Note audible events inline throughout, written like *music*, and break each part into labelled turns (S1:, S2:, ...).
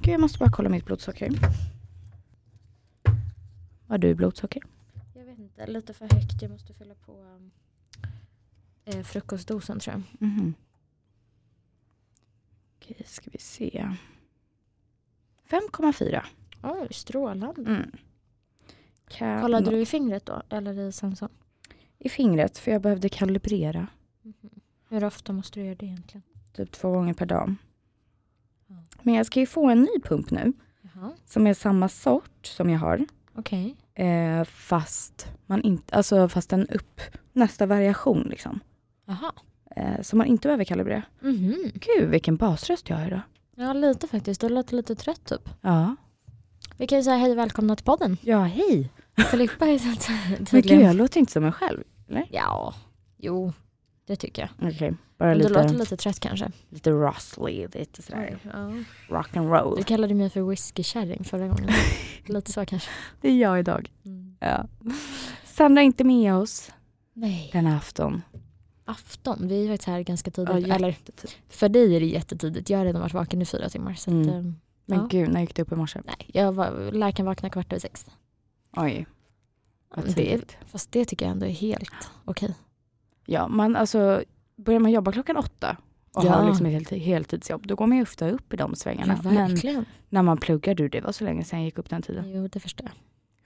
S1: Gud, jag måste bara kolla mitt blodsocker. Har du blodsocker?
S2: Jag vet inte, lite för högt. Jag måste fylla på um, eh, frukostdosen tror jag.
S1: Mhm. Okej, ska vi se. 5,4.
S2: Oj, strålande.
S1: Mm. Kan-
S2: Kollade du i fingret då? Eller i sensorn?
S1: I fingret, för jag behövde kalibrera.
S2: Hur ofta måste du göra det egentligen?
S1: Typ två gånger per dag.
S2: Ja.
S1: Men jag ska ju få en ny pump nu.
S2: Jaha,
S1: Som är samma sort som jag har.
S2: okej.
S1: Eh, fast, man inte, alltså fast en upp, nästa variation liksom.
S2: Jaha.
S1: Eh, som man inte behöver kalibrera.
S2: Mhm.
S1: Gud vilken basröst jag har idag.
S2: Ja, lite faktiskt. Du låter lite trött typ.
S1: Ja.
S2: Vi kan ju säga hej och välkomna till podden.
S1: Ja, hej.
S2: *laughs* Filippa är så ty-
S1: Men gud,
S2: tydligen...
S1: jag låter inte som mig själv.
S2: Ja, jo, det tycker jag.
S1: Okej, bara
S2: Men du låter
S1: lite,
S2: lite trött kanske.
S1: lite rustly, lite sådär
S2: Ja.
S1: rock and roll.
S2: Du kallade mig för whiskykärring förra gången. lite så kanske.
S1: *laughs* Det är jag idag.
S2: Mm.
S1: Ja. Sandra är inte med oss
S2: Nej.
S1: denna afton.
S2: Afton, vi är faktiskt här ganska
S1: Ja,
S2: tidigt.
S1: jätte-
S2: Eller
S1: typ.
S2: för dig är det jättetidigt. Jag har redan varit vaken i fyra timmar. Så att,
S1: Mm.
S2: eh,
S1: Men
S2: Ja.
S1: gud, när gick du upp i morse?
S2: nej, jag var, läkaren vaknade kvart över sex.
S1: Oj, vad
S2: Men det,
S1: tidigt.
S2: fast det tycker jag ändå är helt okej.
S1: Ja, man, alltså, börjar man jobba klockan åtta och
S2: Ja.
S1: har liksom ett helt, heltidsjobb, då går man ju ofta upp i de svängarna.
S2: Ja,
S1: Men
S2: verkligen.
S1: när man pluggar, du, det var så länge sedan jag gick upp den tiden.
S2: Jo, det förstår jag.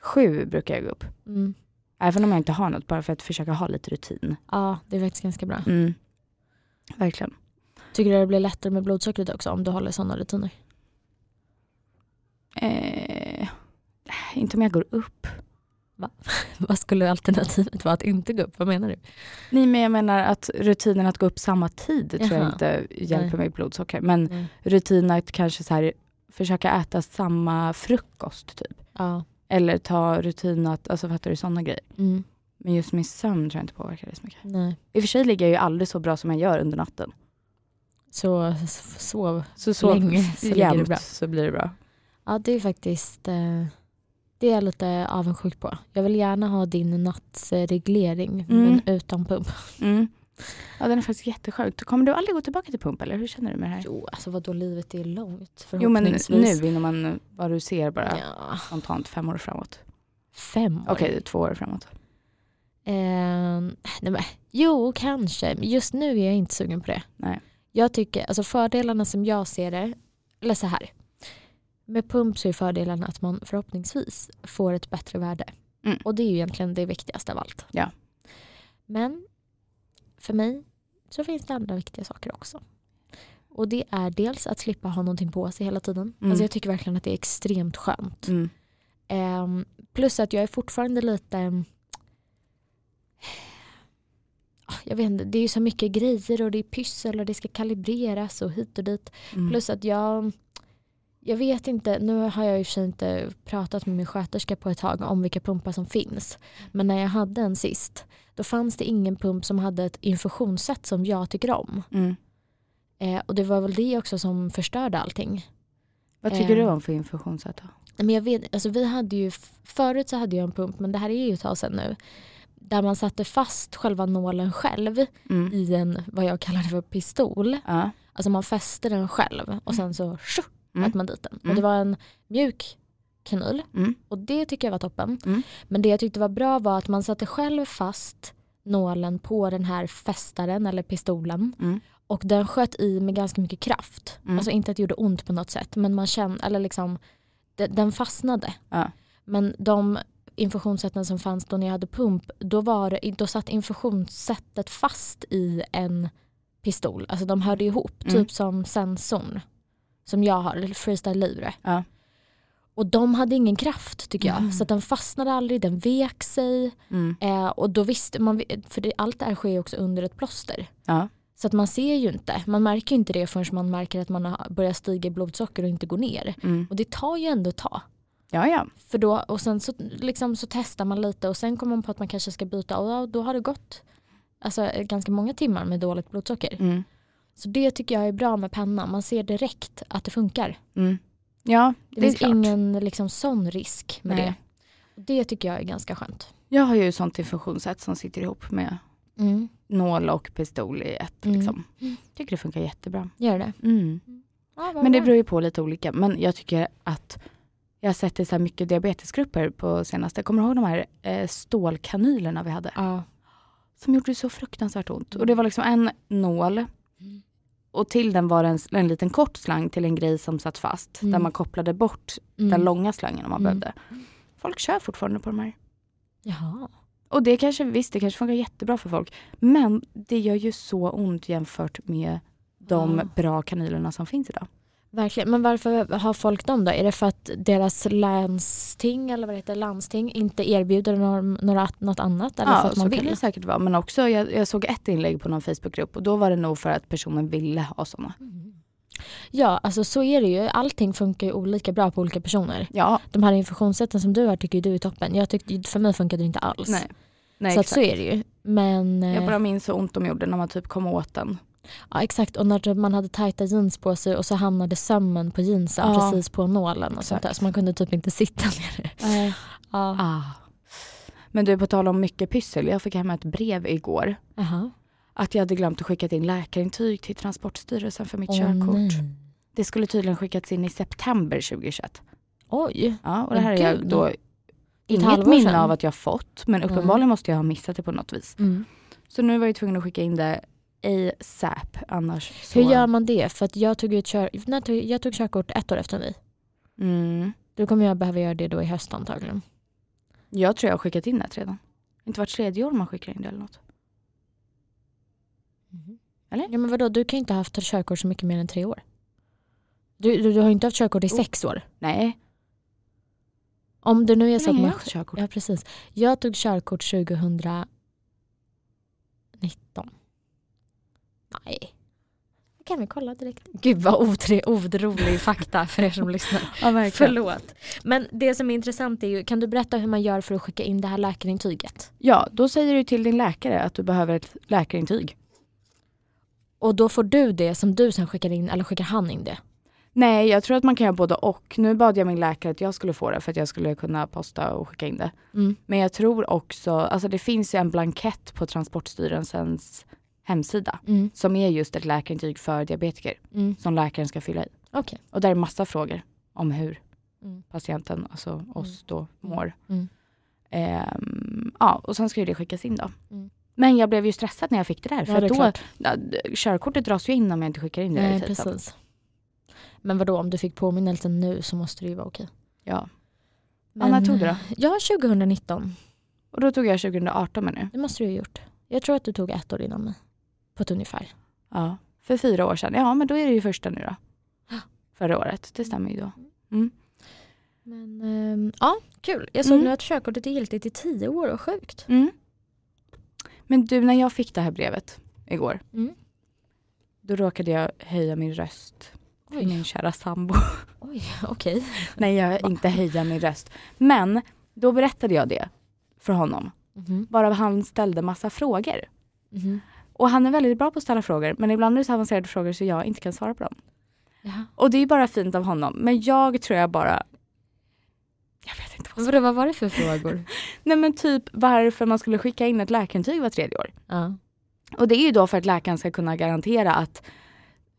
S1: Sju brukar jag gå upp.
S2: Mm.
S1: Även om jag inte har något, bara för att försöka ha lite rutin.
S2: Ja, det är faktiskt ganska bra.
S1: Mm. Verkligen.
S2: Tycker du det blir lättare med blodsockret också om du håller sådana rutiner?
S1: Eh, inte om jag går upp.
S2: *laughs* Vad skulle alternativet vara att inte gå upp? Vad menar du?
S1: Nej, men jag menar att rutinen att gå upp samma tid tror jag
S2: Jaha. Mm.
S1: inte hjälper mitt blodsocker. Men
S2: Nej.
S1: rutinen att kanske så här, försöka äta samma frukost typ.
S2: Ja.
S1: Eller ta rutin att, alltså fattar du sådana grejer.
S2: Mm.
S1: Men just min sömn tror jag inte påverkar det så mycket.
S2: Nej.
S1: I och för sig ligger jag ju aldrig så bra som jag gör under natten.
S2: Så s- sov
S1: Så
S2: så
S1: så
S2: länge så ligger det bra.
S1: jämnt så blir det bra.
S2: Ja, det är faktiskt eh, det är jag lite avundsjuk på. Jag vill gärna ha din nattsreglering
S1: Mm.
S2: men utan pump.
S1: Mm. Ja den är faktiskt jättesjuk. Kommer du aldrig gå tillbaka till pump eller hur känner du med det här?
S2: Jo, alltså vadå livet är långt
S1: Jo men
S2: förhoppningsvis.
S1: nu innan man, vad du ser bara
S2: Ja,
S1: spontant fem år framåt.
S2: fem år.
S1: Okej, två år framåt.
S2: Eh, nej, men, jo, kanske. Men Just nu är jag inte sugen på det.
S1: Nej.
S2: Jag tycker, alltså fördelarna som jag ser det, eller så här. Med pump så är fördelarna att man förhoppningsvis får ett bättre värde.
S1: Mm.
S2: Och det är ju egentligen det viktigaste av allt.
S1: Ja.
S2: Men för mig så finns det andra viktiga saker också. Och det är dels att slippa ha någonting på sig hela tiden.
S1: Mm.
S2: Alltså jag tycker verkligen att det är extremt skönt.
S1: Mm.
S2: Ehm, plus att jag är fortfarande lite... ehm, ah, Jag vet inte, det är ju så mycket grejer och det är pyssel och det ska kalibreras och hit och dit.
S1: Mm.
S2: Plus att jag... Jag vet inte, nu har jag i och för sig inte pratat med min sköterska på ett tag om vilka pumpar som finns. Men när jag hade en sist, då fanns det ingen pump som hade ett infusionssätt som jag tycker om.
S1: Mm.
S2: Eh, och det var väl det också som förstörde allting.
S1: Vad tycker du
S2: Ehm.
S1: om för infusionssätt då?
S2: Nej, Men jag vet, alltså vi hade ju, förut så hade jag en pump, men det här är ju ett tag sedan nu. Där man satte fast själva nålen själv
S1: Mm.
S2: i en, vad jag kallar för pistol.
S1: Ja.
S2: Alltså man fäste den själv och sen så sju,
S1: Mm.
S2: sköt man dit den.
S1: Mm.
S2: Och det var en mjuk kanyl
S1: Mm.
S2: och det tycker jag var toppen.
S1: Mm.
S2: Men det jag tyckte var bra var att man satte själv fast nålen på den här fästaren eller pistolen.
S1: Mm.
S2: Och den sköt i med ganska mycket kraft.
S1: Mm.
S2: Alltså inte att det gjorde ont på något sätt. Men man kände, eller liksom, de- den fastnade.
S1: Ja.
S2: Men de infusionssätten som fanns då när jag hade pump, då, var det, då satt infusionssättet fast i en pistol. Alltså de hörde ihop,
S1: Mm.
S2: typ som sensorn. Som jag har, eller freestyle livre.
S1: Ja.
S2: Och de hade ingen kraft tycker jag.
S1: Mm.
S2: Så att den fastnade aldrig, den vek sig.
S1: Mm.
S2: Eh, och då visste man, för det, allt det här sker ju också under ett plåster.
S1: Ja.
S2: Så att man ser ju inte, man märker ju inte det förrän man märker att man har- börjar stiga i blodsocker och inte går ner.
S1: Mm.
S2: Och det tar ju ändå ett tag.
S1: Ja, ja.
S2: För då, och sen så, liksom, så testar man lite och sen kommer man på att man kanske ska byta och ja, då har det gått alltså, ganska många timmar med dåligt blodsocker.
S1: Mm.
S2: Så det tycker jag är bra med penna. Man ser direkt att det funkar.
S1: Mm. Ja, det,
S2: Det,
S1: är
S2: finns
S1: klart.
S2: ingen liksom, sån risk med
S1: Nej.
S2: det. Och det tycker jag är ganska skönt.
S1: Jag har ju sånt till funktionssätt som sitter ihop med nål och pistol i ett.
S2: Mm.
S1: Liksom. Tycker det funkar jättebra.
S2: Gör det?
S1: Mm.
S2: Ja, vad
S1: Men det
S2: bra.
S1: beror ju på lite olika. Men jag tycker att jag har sett det så här mycket diabetesgrupper på senaste. Kommer du ihåg de här eh, stålkanylerna vi hade?
S2: Ja. Mm.
S1: Som gjorde så fruktansvärt ont. Och det var liksom en nål och till den var det en, s- en liten kort slang till en grej som satt fast.
S2: Mm.
S1: Där man kopplade bort den
S2: Mm.
S1: långa slangen om man
S2: Mm.
S1: behövde. Folk kör fortfarande på de här.
S2: Jaha.
S1: Och det kanske, visst det kanske funkar jättebra för folk. Men det gör ju så ont jämfört med de
S2: Ja.
S1: bra kanylerna som finns idag.
S2: Verkligen. Men varför har folk dem då? Är det för att deras landsting eller vad det heter, landsting inte erbjuder någon, några, något annat? Eller för att man
S1: så kan
S2: vill?
S1: det säkert vara. Men också, jag, jag såg ett inlägg på någon Facebookgrupp och då var det nog för att personen ville ha sådana.
S2: Ja, alltså så är det ju. Allting funkar ju olika bra på olika personer.
S1: Ja,
S2: De här infusionssätten som du har tycker ju du är toppen. Jag tyckte, för mig funkade det inte alls.
S1: nej. Nej,
S2: så att
S1: exakt.
S2: så är det ju. Men
S1: Jag
S2: eh,
S1: bara minns hur ont de gjorde när man typ kom åt den.
S2: ja, exakt, och när man hade tajta jeans på sig och så hamnade sömmen på jeansen
S1: Ja.
S2: precis på nålen och sånt där.
S1: Exakt.
S2: Så man kunde typ inte sitta ner. Ja.
S1: Ah. Men du, på tal om mycket pyssel. Jag fick hem ett brev igår.
S2: Jaha.
S1: Att jag hade glömt att skicka in läkarintyg till Transportstyrelsen för mitt
S2: Åh,
S1: körkort.
S2: nej.
S1: Det skulle tydligen skickats in i september 2021.
S2: Oj.
S1: Ja, och det
S2: Men
S1: här har jag
S2: gud.
S1: då inget
S2: halvår
S1: minne
S2: sedan.
S1: av att jag fått. Men uppenbarligen måste jag ha missat det på något vis. Så nu var jag tvungen att skicka in det ASAP annars så...
S2: Hur gör man det? För att jag tog, ju ett kör... när tog... jag tog körkort ett år efter dig.
S1: Mm.
S2: Då kommer jag behöva göra det då i höst antagligen.
S1: Jag tror jag har skickat in det redan. Inte vart tredje år man skickar in det eller något.
S2: Mm-hmm.
S1: Eller?
S2: Ja men vadå, du kan ju inte ha haft körkort så mycket mer än tre år. Du, du, du har ju inte haft körkort i
S1: Jo.
S2: sex år.
S1: Nej,
S2: Om det nu är
S1: hur
S2: så att
S1: länge har
S2: man...
S1: jag haft körkort?
S2: Ja precis. Jag tog körkort 2019. Nej. Det kan vi kolla direkt. Gud vad otre, odrolig fakta för er som *laughs* lyssnar.
S1: Ja,
S2: Förlåt. Men det som är intressant är ju, kan du berätta hur man gör för att skicka in det här läkarintyget?
S1: Ja, då säger du till din läkare att du behöver ett läkarintyg.
S2: Och då får du det som du sen skickar in, eller skickar han in det?
S1: Nej, jag tror att man kan göra både och. Nu bad jag min läkare att jag skulle få det för att jag skulle kunna posta och skicka in det.
S2: Mm.
S1: Men jag tror också, alltså det finns ju en blankett på Transportstyrelsens hemsida
S2: Mm.
S1: som är just ett läkarintyg för diabetiker
S2: Mm.
S1: som läkaren ska fylla i.
S2: Okej.
S1: Och där är massa frågor om hur
S2: Mm.
S1: patienten, alltså oss då, mår.
S2: Mm.
S1: Ehm, ja, och sen ska ju det skickas in då.
S2: Mm.
S1: Men jag blev ju stressad när jag fick det där. För
S2: Ja, det är
S1: då,
S2: klart.
S1: ja, d- körkortet dras ju in om jag inte skickar in det
S2: Nej,
S1: i tid. sen.
S2: precis. Men vadå, om du fick påminnelsen nu så måste det ju vara okej.
S1: Ja.
S2: Men,
S1: Anna tog det då?
S2: Ja, 2019.
S1: Och då tog jag 2018 med nu.
S2: Det måste du ju ha gjort. Jag tror att du tog ett år innan mig. På ett ungefär.
S1: Ja. För fyra år sedan. Ja, men då är det ju första nu då. Förra året,
S2: Mm.
S1: det stämmer ju då.
S2: Men ehm, ja, kul. Jag såg
S1: Mm.
S2: nu att körkortet är giltigt i tio år och sjukt.
S1: Mm. Men du, när jag fick det här brevet igår,
S2: Mm.
S1: då råkade jag höja min röst till min kära sambo.
S2: Oj, *laughs* okej.
S1: Nej, jag inte höja min röst. Men då berättade jag det för honom.
S2: Mhm,
S1: Bara han ställde massa frågor. Mm-hmm.
S2: mhm.
S1: Och han är väldigt bra på att ställa frågor, men ibland är det så avancerade frågor så jag inte kan svara på dem.
S2: Jaha.
S1: Och det är bara fint av honom, men jag tror jag bara... Jag vet inte vad som...
S2: Men vadå, vad var det för frågor?
S1: Nej men typ varför man skulle skicka in ett läkarintyg var tredje år.
S2: *laughs* ja.
S1: Och det är ju då för att läkaren ska kunna garantera att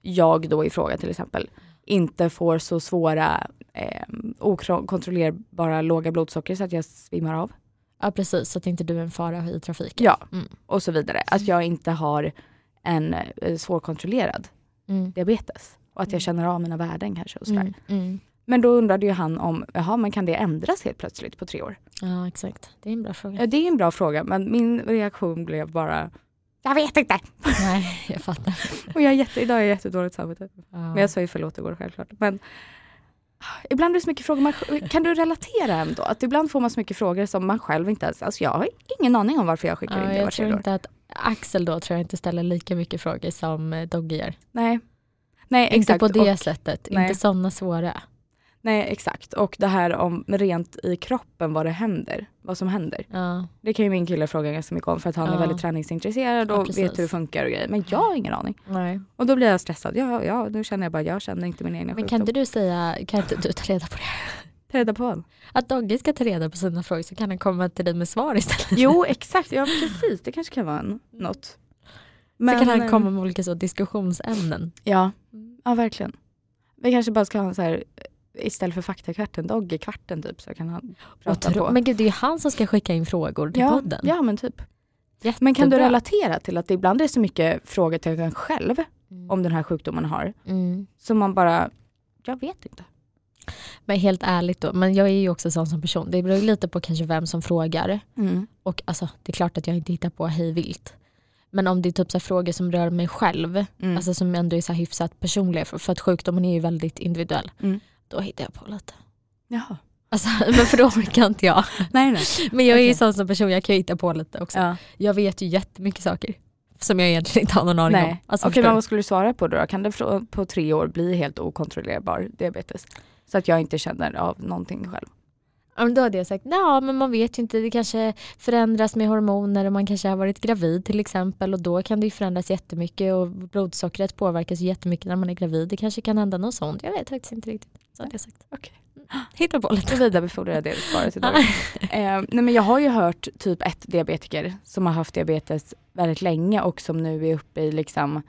S1: jag då i fråga till exempel inte får så svåra eh, okontrollerbara låga blodsocker så att jag svimmar av.
S2: ja, precis. Så att inte du är en fara i trafiken.
S1: Ja,
S2: Mm.
S1: och så vidare. Att jag inte har en eh, svårkontrollerad
S2: Mm.
S1: diabetes. Och att
S2: Mm.
S1: jag känner av mina värden kanske och sådär.
S2: Mm. Mm.
S1: Men då undrade ju han om, jaha men kan det ändras helt plötsligt på tre år?
S2: Ja, exakt. Det är en bra
S1: *laughs*
S2: fråga.
S1: Ja, det är en bra fråga men min reaktion blev bara, jag vet inte!
S2: Nej, jag fattar.
S1: Och jag är jätte, idag är jag jättedåligt samvete.
S2: Ja.
S1: Men jag sa ju förlåt igår självklart. Men ah, ibland är det så mycket frågor, man, kan du relatera ändå? Att ibland får man så mycket frågor som man själv inte ens, alltså jag har ingen aning om varför jag skickar in
S2: Ja,
S1: det var
S2: jag tror
S1: tredje år.
S2: inte att Axel då tror jag inte ställer lika mycket frågor som eh, Dogge gör.
S1: Nej. Nej,
S2: Inte
S1: exakt.
S2: på det
S1: Och,
S2: sättet,
S1: nej.
S2: inte sådana svåra.
S1: Nej exakt och det här om rent i kroppen vad det händer, vad som händer.
S2: Ja.
S1: Det kan ju min kille fråga ganska mycket om för att han
S2: Ja.
S1: är väldigt träningsintresserad
S2: Ja,
S1: och
S2: precis.
S1: vet hur det funkar och grejer. Men jag har ingen aning.
S2: Nej.
S1: Och då blir jag stressad. Ja, ja, ja, nu känner jag bara jag känner inte min egna
S2: Men kan
S1: sjukdom.
S2: inte du säga, kan inte du ta reda på det?
S1: Ta reda på honom.
S2: Att Dogge ska ta reda på sina frågor så kan han komma till dig med svar istället.
S1: Jo exakt, ja precis det kanske kan vara en, något. Men,
S2: så kan han
S1: eh,
S2: komma med olika så diskussionsämnen.
S1: Ja, ja verkligen. Vi kanske bara ska ha en så här eh, istället för faktakvarten, Dogge-kvarten typ så kan han prata
S2: Otro-
S1: på.
S2: Men gud det är ju han som ska skicka in frågor till
S1: ja,
S2: podden.
S1: ja men typ.
S2: Jättebra.
S1: Men kan du relatera till att det ibland är så mycket frågetecken själv om den här sjukdomen man har
S2: Mm.
S1: som man bara, jag vet inte.
S2: Men helt ärligt då, men jag är ju också sån som person. Det beror lite på kanske vem som frågar.
S1: Mm.
S2: Och alltså, det är klart att jag inte hittar på hej vilt. Men om det är typ så här frågor som rör mig själv,
S1: Mm.
S2: alltså som ändå är så här hyfsat personliga, för, för att sjukdomen är ju väldigt individuell,
S1: Mm.
S2: då hittar jag på lite.
S1: Jaha.
S2: Alltså, *laughs* men för då orkar inte jag.
S1: *laughs* Nej *laughs* nej.
S2: Men jag är ju
S1: Okej.
S2: sån som person, jag kan ju hitta på lite också.
S1: Ja.
S2: Jag vet ju jättemycket saker som jag egentligen inte har någon aning om.
S1: nej.
S2: Alltså,
S1: Okej
S2: förstår
S1: men
S2: du?
S1: vad skulle du svara på då? Kan det frå- på tre år bli helt okontrollerbar diabetes? Så att jag inte känner av någonting själv.
S2: Ja, men då hade jag sagt, ja men man vet ju inte, det kanske förändras med hormoner och man kanske har varit gravid till exempel och då kan det ju förändras jättemycket och blodsockret påverkas ju jättemycket när man är gravid. Det kanske kan hända något sånt, jag vet faktiskt inte riktigt. Så hade jag sagt.
S1: Okej.
S2: Hitta på lite.
S1: Då vidarebefordrar jag det svaret *laughs* idag. eh, nej men jag har ju hört typ ett diabetiker som har haft diabetes väldigt länge och som nu är uppe i liksom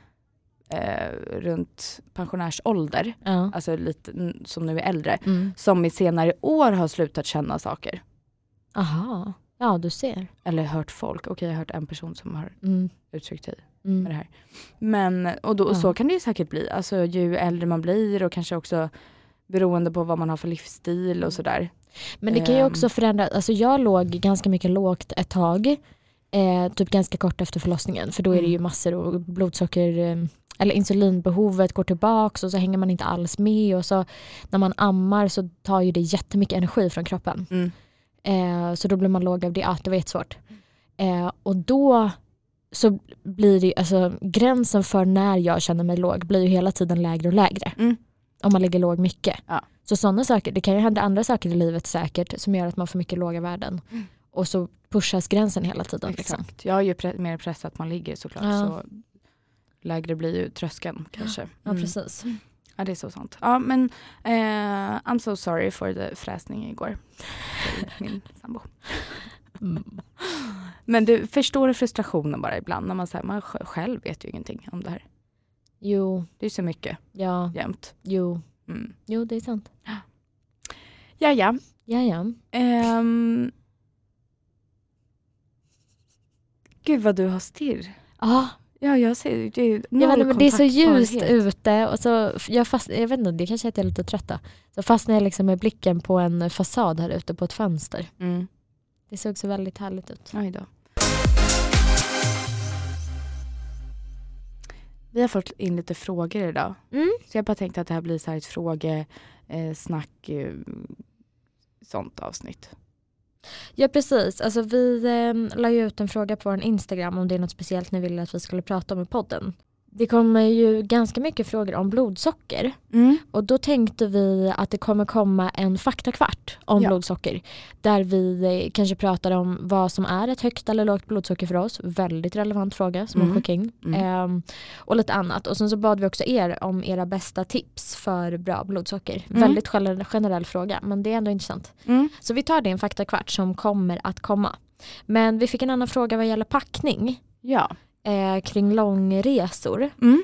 S1: eh, runt pensionärsålder,
S2: Ja.
S1: alltså lite, n- som nu är äldre,
S2: Mm.
S1: som i senare år har slutat känna saker.
S2: Aha. ja du ser.
S1: Eller hört folk, okej jag har hört en person som har
S2: Mm.
S1: uttryckt sig med
S2: Mm.
S1: det här. Men, och då,
S2: Ja.
S1: så kan det ju säkert bli, alltså ju äldre man blir och kanske också beroende på vad man har för livsstil
S2: Mm.
S1: och sådär.
S2: Men det kan ju
S1: Ehm.
S2: också förändra, alltså jag låg ganska mycket lågt ett tag, eh, typ ganska kort efter förlossningen, för då är det ju
S1: Mm.
S2: massor och blodsocker, eh, eller insulinbehovet går tillbaks och så hänger man inte alls med och så när man ammar så tar ju det jättemycket energi från kroppen.
S1: Mm.
S2: Eh, så då blir man låg av det, ja det var jättesvårt. Eh, och då så blir det ju, alltså gränsen för när jag känner mig låg blir ju hela tiden lägre och lägre.
S1: Mm.
S2: Om man ligger låg mycket.
S1: Ja.
S2: Så sådana saker, det kan ju hända andra saker i livet säkert som gör att man får mycket låga värden. Och så pushas gränsen hela tiden. Liksom.
S1: Mm. Exakt. Jag är ju pre- mer pressad att man ligger såklart.
S2: Ja.
S1: Så lägre blir ju tröskeln kanske.
S2: Ja
S1: Mm.
S2: precis.
S1: Ja, det är så sant. Ja, men eh, I'm so sorry for the fräsning
S2: *laughs*
S1: igår. Till Min sambo.
S2: Mm.
S1: Men du förstår frustrationen bara ibland när man säger man sj- själv vet ju ingenting om det här.
S2: Jo,
S1: Det är så mycket
S2: ja,
S1: jämt.
S2: jo,
S1: Mm.
S2: jo det är sant.
S1: Ja, ja.
S2: Ja, ja.
S1: Ehm. Gud vad du har stirr.
S2: Ah,
S1: Ja, jag ser det är ju
S2: jag vet
S1: noll
S2: inte, men det är så
S1: kontaktbarhet.
S2: ljust ute och så f- jag fast, jag vet inte, det kanske är att jag är lite trött då. Så fastnar jag liksom med blicken på en fasad här ute på ett fönster.
S1: Mm.
S2: Det såg så väldigt härligt ut.
S1: Oj då. Vi har fått in lite frågor idag.
S2: Mm.
S1: Så jag bara tänkte att det här blir så här ett fråge, eh, snack, eh, sånt avsnitt.
S2: Ja precis, alltså, vi eh, la ju ut en fråga på vår Instagram om det är något speciellt ni ville att vi skulle prata om i podden. Det kommer ju ganska mycket frågor om blodsocker
S1: Mm.
S2: och då tänkte vi att det kommer komma en faktakvart om
S1: Ja.
S2: blodsocker där vi eh, kanske pratar om vad som är ett högt eller lågt blodsocker för oss. Väldigt relevant fråga som hon
S1: Mm.
S2: skickade in.
S1: Mm.
S2: Ehm, och lite annat. Och sen så bad vi också er om era bästa tips för bra blodsocker.
S1: Mm.
S2: Väldigt generell, generell fråga men det är ändå intressant.
S1: Mm.
S2: Så vi tar det i en faktakvart som kommer att komma. Men vi fick en annan fråga vad gäller packning
S1: Ja.
S2: eh, kring långresor.
S1: Mm.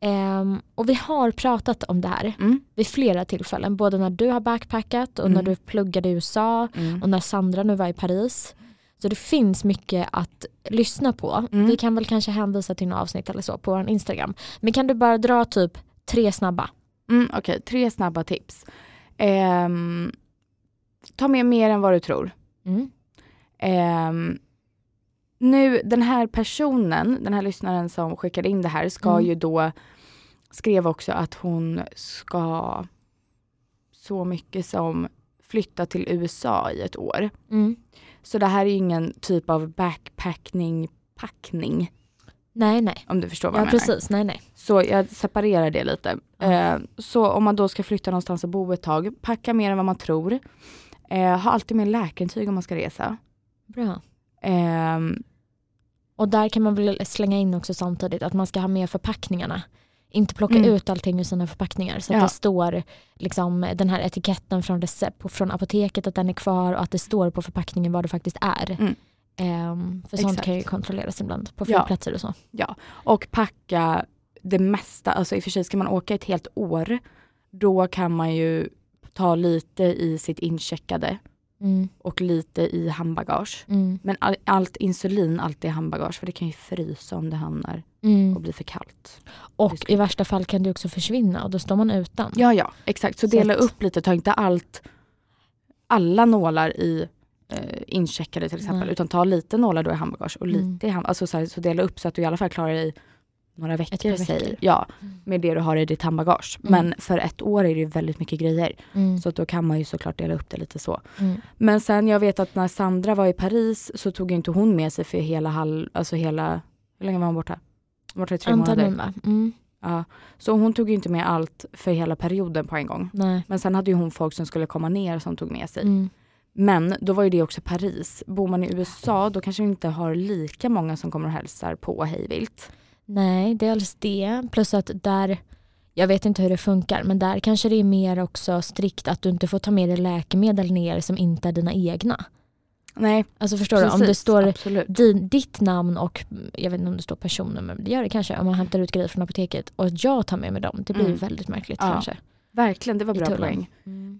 S2: Ehm, och vi har pratat om det här
S1: Mm.
S2: vid flera tillfällen. Både när du har backpackat och när
S1: Mm.
S2: du pluggade i USA
S1: Mm.
S2: och när Sandra nu var i Paris. Så det finns mycket att lyssna på.
S1: Mm.
S2: Vi kan väl kanske hänvisa till några avsnitt eller så på vår Instagram. Men kan du bara dra typ tre snabba?
S1: Mm, Okej, tre snabba tips. Ehm, ta med mer än vad du tror.
S2: Mm.
S1: Ehm, nu den här personen, den här lyssnaren som skickade in det här ska
S2: Mm.
S1: ju då skrev också att hon ska så mycket som flytta till USA i ett år.
S2: Mm.
S1: Så det här är ju ingen typ av backpacking, packning
S2: Nej, nej.
S1: Om du förstår vad
S2: Ja,
S1: jag menar.
S2: precis. Nej, nej.
S1: Så jag separerar det lite. Eh, så om man då ska flytta någonstans och bo ett tag, packa mer än vad man tror. Eh, ha alltid med läkarintyg om man ska resa.
S2: Bra.
S1: Ehm,
S2: Och där kan man väl slänga in också samtidigt att man ska ha med förpackningarna. Inte plocka
S1: Mm.
S2: ut allting ur sina förpackningar. Så att
S1: Ja.
S2: det står liksom, den här etiketten från, recept, från apoteket att den är kvar och att det står på förpackningen vad det faktiskt är.
S1: Mm.
S2: Ehm, för sånt
S1: Exakt.
S2: kan ju kontrolleras ibland på
S1: Ja.
S2: flygplatser och så.
S1: och packa det mesta, alltså i och för sig ska man åka ett helt år, då kan man ju ta lite i sitt incheckade
S2: Mm,
S1: och lite i handbagage.
S2: mm,
S1: Men all, allt insulin alltid i handbagage för det kan ju frysa om det hamnar
S2: mm.
S1: och blir för kallt.
S2: Och i värsta fall kan det också försvinna och då står man utan.
S1: Ja ja, exakt. Så
S2: Så
S1: dela
S2: att-
S1: upp lite, ta inte allt, alla nålar i eh, incheckade till exempel
S2: Nej.
S1: utan ta lite nålar då i handbagage och lite
S2: Mm.
S1: i handbagage. Alltså så, här, så dela upp så att du i alla fall klarar dig några veckor,
S2: par veckor.
S1: säger Ja,
S2: Mm.
S1: med det du har i ditt handbagage.
S2: Mm.
S1: Men för ett år är det ju väldigt mycket grejer.
S2: Mm,
S1: Så att då kan man ju såklart dela upp det lite så.
S2: mm,
S1: Men sen jag vet att när Sandra var i Paris så tog ju inte hon med sig för hela halv, alltså hela, hur länge var hon borta? Borta i tre
S2: Antal
S1: månader.
S2: min va? Mm,
S1: Ja. Så hon tog ju inte med allt för hela perioden på en gång.
S2: nej.
S1: Men sen hade ju hon folk som skulle komma ner som tog med sig.
S2: Mm,
S1: Men då var ju det också Paris. Bor man i USA då kanske inte har lika många som kommer och hälsar på hejvilt.
S2: nej, dels det. Plus att där, jag vet inte hur det funkar, men där kanske det är mer också strikt att du inte får ta med dig läkemedel ner som inte är dina egna.
S1: Nej,
S2: Alltså förstår du, om det
S1: precis,
S2: står
S1: absolut.
S2: din, ditt namn och mm, jag vet inte om det står personnummer, men det gör det kanske om man hämtar ut grejer från apoteket och att jag tar med mig dem, det blir ju
S1: Mm.
S2: väldigt märkligt
S1: Ja. Mm.
S2: kanske.
S1: Verkligen, det var
S2: I
S1: bra
S2: tullen.
S1: poäng.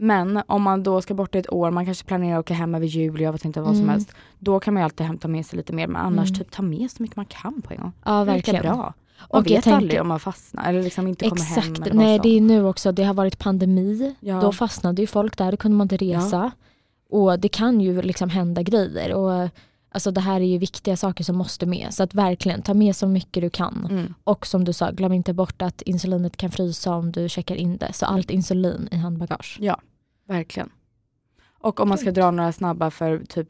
S1: Men om man då ska bort i ett år, man kanske planerar att åka hem över jul, jag vet inte vad som
S2: Mm.
S1: helst. Då kan man ju alltid hämta med sig lite mer, men annars
S2: Mm.
S1: typ ta med så mycket man kan på en gång.
S2: Ja,
S1: Det verkar
S2: verkligen.
S1: bra. Man
S2: Och jag
S1: vet
S2: tänker-
S1: aldrig om man fastnar eller liksom inte kommer hem.
S2: Exakt,
S1: eller vad
S2: nej
S1: som.
S2: det är nu också, det har varit pandemi,
S1: Ja.
S2: då fastnade ju folk där, då kunde man inte resa. Och det kan ju liksom hända grejer. Och, alltså det här är ju viktiga saker som måste med. Så att verkligen, ta med så mycket du kan.
S1: Mm.
S2: Och som du sa, glöm inte bort att insulinet kan frysa om du checkar in det. Så allt insulin i handbagage.
S1: Verkligen. Och om man ska
S2: Grymt.
S1: dra några snabba för typ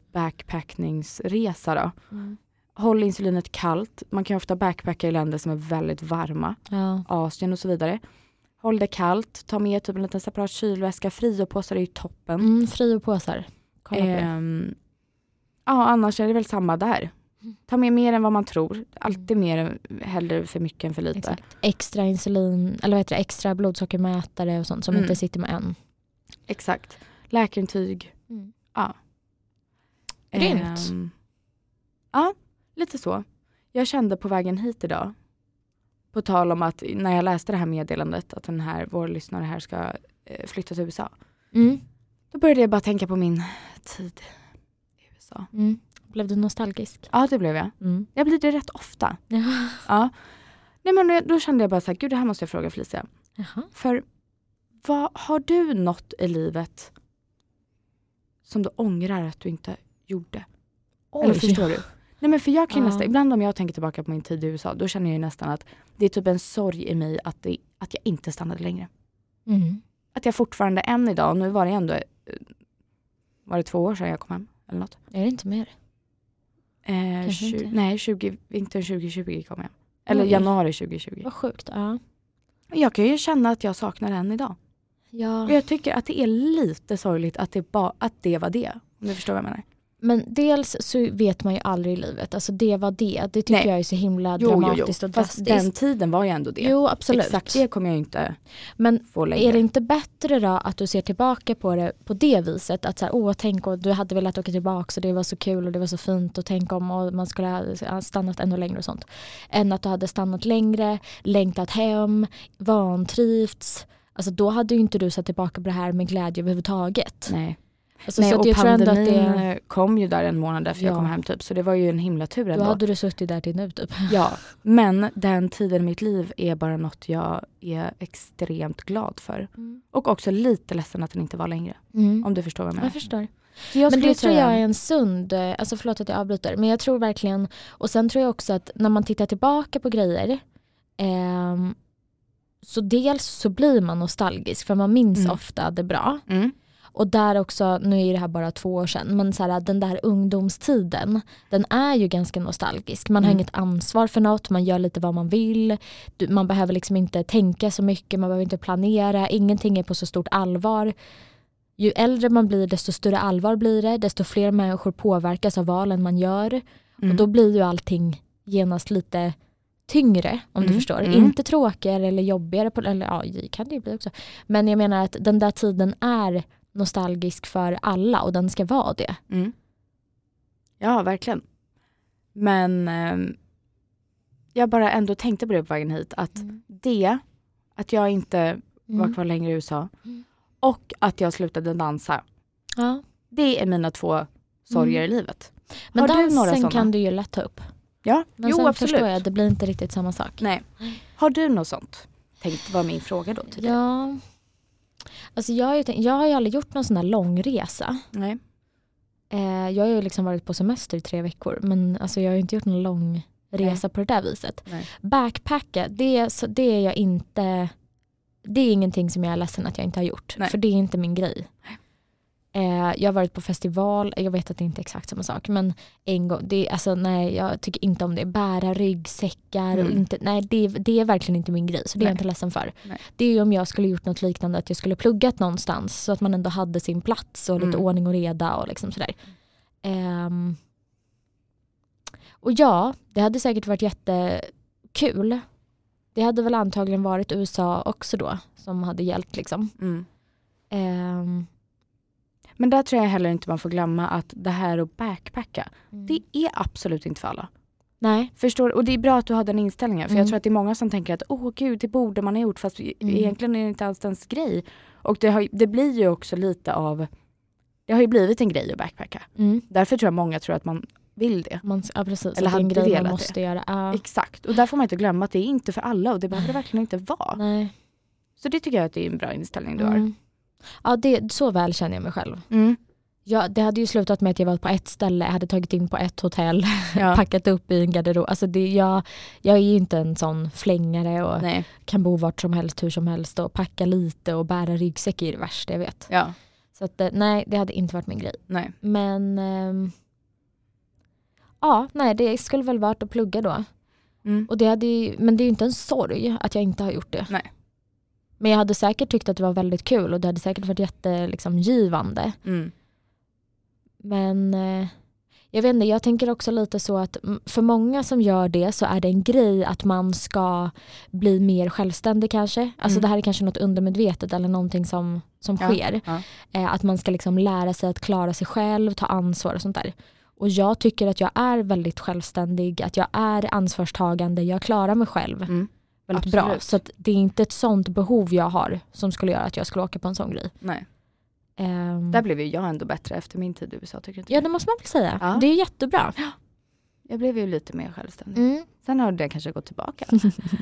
S1: backpackningsresa då.
S2: Mm.
S1: Håll insulinet kallt. Man kan ju ofta backpacka i länder som är väldigt varma.
S2: Ja.
S1: Asien och så vidare. Håll det kallt. Ta med typ en liten separat kylväska. Friopåsar är ju toppen.
S2: Mm, friopåsar. Kolla på det.
S1: Ehm, ja, annars är det väl samma där. Ta med mer än vad man tror. Alltid mer än, hellre för mycket än för lite.
S2: Mm. Exakt. Extra insulin, eller vad heter det, extra blodsockermätare och sånt som
S1: Mm.
S2: inte sitter med än.
S1: Exakt. Läkarintyg.
S2: Mm. Grymt.
S1: Ehm, ja, lite så. Jag kände på vägen hit idag, på tal om att när jag läste det här meddelandet att den här, vår lyssnare här ska eh, flytta till USA.
S2: Mm.
S1: Då började jag bara tänka på min tid i USA.
S2: Mm. Blev du nostalgisk?
S1: Ja, det blev jag.
S2: *laughs* Mm.
S1: Jag blir det rätt ofta.
S2: Ja.
S1: Ja. Nej, men då kände jag bara så här, gud det här måste jag fråga Felicia.
S2: Jaha.
S1: För vad har du något i livet som du ångrar att du inte gjorde? Eller förstår du? Nej men för jag kan ju
S2: Ja.
S1: nästan, ibland om jag tänker tillbaka på min tid i USA, då känner jag ju nästan att det är typ en sorg i mig att, det, att jag inte stannade längre.
S2: Mm.
S1: Att jag fortfarande än idag, och nu var det ändå, eh, var det två år sedan jag kom hem eller något?
S2: Är det inte mer?
S1: Eh,
S2: Kanske
S1: tju-
S2: inte.
S1: nej, 20, vintern 2020 kom jag hem. Eller
S2: Oj.
S1: januari 2020.
S2: Vad sjukt. Ja.
S1: Jag kan ju känna att jag saknar det än idag.
S2: ja.
S1: Och jag tycker att det är lite sorgligt att det, ba, att det var det. Om du förstår vad jag menar.
S2: Men dels så vet man ju aldrig i livet. Alltså det var det. Det tycker
S1: Nej.
S2: jag är så himla dramatiskt och
S1: Fast
S2: drastiskt.
S1: den tiden var ju ändå det.
S2: Jo absolut.
S1: Exakt det kommer jag ju inte
S2: Men
S1: få längre.
S2: är det inte bättre då att du ser tillbaka på det på det viset? Att så här, åh tänk och du hade velat åka tillbaka och det var så kul och det var så fint och tänk om och man skulle ha stannat ännu längre och sånt. Än att du hade stannat längre, längtat hem, vantrivts. Alltså då hade ju inte du sett tillbaka på det här med glädje överhuvudtaget.
S1: Nej,
S2: Alltså,
S1: Nej
S2: så att
S1: och
S2: jag tror
S1: pandemin eh,
S2: ändå att det,
S1: kom ju där en månad efter jag
S2: Ja.
S1: kom hem typ. Så det var ju en himla tur
S2: då
S1: ändå.
S2: hade du suttit där till nu typ.
S1: Ja, men den tiden i mitt liv är bara något jag är extremt glad för.
S2: Mm.
S1: Och också lite ledsen att den inte var längre. Om du förstår vad jag menar.
S2: Jag förstår.
S1: Så jag
S2: men
S1: skulle
S2: det tror
S1: säga-
S2: Mm. jag är en sund, eh, alltså förlåt att jag avbryter, men jag tror verkligen, och sen tror jag också att när man tittar tillbaka på grejer, ehm, så dels så blir man nostalgisk för man minns
S1: Mm.
S2: ofta det bra
S1: Mm.
S2: Och där också, nu är det här bara två år sedan, men så här, den där ungdomstiden, den är ju ganska nostalgisk. Man har
S1: Mm.
S2: inget ansvar för något, man gör lite vad man vill. Du, man behöver liksom inte tänka så mycket, man behöver inte planera, ingenting är på så stort allvar. Ju äldre man blir, desto större allvar blir det, desto fler människor påverkas av valen man gör.
S1: Mm.
S2: Och då blir ju allting genast lite tyngre om du
S1: Mm,
S2: förstår.
S1: mm.
S2: Inte tråkigare eller jobbigare, på, eller ja, det kan det ju bli också. Men jag menar att den där tiden är nostalgisk för alla och den ska vara det.
S1: Mm. Ja, verkligen. Men ehm, jag bara ändå tänkte på det på vägen hit,
S2: Mm.
S1: att det, att jag inte Mm. var kvar längre i USA
S2: Mm.
S1: och att jag slutade dansa,
S2: Ja.
S1: det är mina två sorger i livet.
S2: Men
S1: Har du några
S2: Mm. dansen
S1: sådana?
S2: kan du ju lätt ta upp.
S1: Ja,
S2: Men
S1: jo
S2: sen
S1: absolut.
S2: förstår jag, det blir inte riktigt samma sak.
S1: Nej. Har du något sånt? Tänkt var min fråga då typ. till dig.
S2: Ja. Alltså jag, har ju tänkt, jag har ju aldrig gjort någon sån här långresa.
S1: Nej.
S2: Eh, jag har ju liksom varit på semester i tre veckor men alltså jag har ju inte gjort någon lång resa på det där viset.
S1: Nej.
S2: Backpacka, det, är så- det är jag inte, det är ingenting som jag är ledsen att jag inte har gjort.
S1: Nej.
S2: För det är inte min grej. Eh, jag har varit på festival, jag vet att det inte är exakt samma sak men en gång, det, är- alltså, nej jag tycker inte om det. Bära ryggsäckar och
S1: Mm.
S2: inte, nej det, det är verkligen inte min grej så det är jag
S1: Nej.
S2: inte ledsen för.
S1: Nej.
S2: Det är ju om jag skulle gjort något liknande att jag skulle pluggat någonstans så att man ändå hade sin plats och lite
S1: Mm.
S2: ordning och reda och liksom sådär. Ehm, och ja, det hade säkert varit jättekul. Det hade väl antagligen varit USA också då som hade hjälpt liksom.
S1: Mm.
S2: Ehm,
S1: Men där tror jag heller inte man får glömma att det här att backpacka,
S2: det-
S1: det är absolut inte för alla.
S2: nej,
S1: Förstår, och det är bra att du har den inställningen för
S2: Mm.
S1: jag tror att det är många som tänker att åh gud det borde man ha gjort fast e-
S2: Mm.
S1: egentligen är det inte alls ens grej. Och det, har, ju- det blir ju också lite av, det har ju blivit en grej att backpacka.
S2: mm,
S1: Därför tror jag många tror att man vill det.
S2: man, ja, precis.
S1: Eller
S2: Eller det är en
S1: hade
S2: grej man
S1: velat
S2: måste göra. Ja,
S1: Exakt, och där får man inte glömma att det är inte för alla och det behöver det verkligen inte vara.
S2: nej.
S1: Så det tycker jag att det är en bra inställning du har.
S2: Mm. Ja, det, så väl känner jag mig själv.
S1: Mm.
S2: Ja, det hade ju slutat med att jag var på ett ställe, hade tagit in på ett hotell,
S1: Ja.
S2: packat upp i en garderob. Alltså det, jag, jag är ju inte en sån flängare och
S1: Nej.
S2: kan bo vart som helst, hur som helst och packa lite och bära ryggsäck är det värsta jag vet.
S1: Ja.
S2: Så att, eh, nej, det hade inte varit min grej.
S1: Nej.
S2: Men ehm, ja, nej, det skulle väl varit att plugga då.
S1: Mm.
S2: Och det hade ju, men det är ju inte en sorg att jag inte har gjort det.
S1: Nej.
S2: Men jag hade säkert tyckt att det var väldigt kul och det hade säkert varit jättegivande. Liksom, givande.
S1: Mm.
S2: Men eh, jag vet inte, jag tänker också lite så att mm, för många som gör det så är det en grej att man ska bli mer självständig kanske. Alltså
S1: Mm.
S2: det här är kanske något undermedvetet eller någonting som, som
S1: Ja,
S2: sker.
S1: ja.
S2: Eh, att man ska liksom lära sig att klara sig själv, ta ansvar och sånt där. Och jag tycker att jag är väldigt självständig, att jag är ansvarstagande, jag klarar mig själv
S1: Mm.
S2: väldigt bra.
S1: absolut.
S2: Så att det är inte ett sånt behov jag har som skulle göra att jag skulle åka på en sån grej.
S1: Nej.
S2: Ehm,
S1: Där blev ju jag ändå bättre efter min tid i USA tycker du inte
S2: ja
S1: det?
S2: det måste man väl säga,
S1: Ja.
S2: det är jättebra.
S1: Jag blev ju lite mer självständig.
S2: Mm.
S1: Sen har det kanske gått
S2: *laughs*
S1: tillbaka.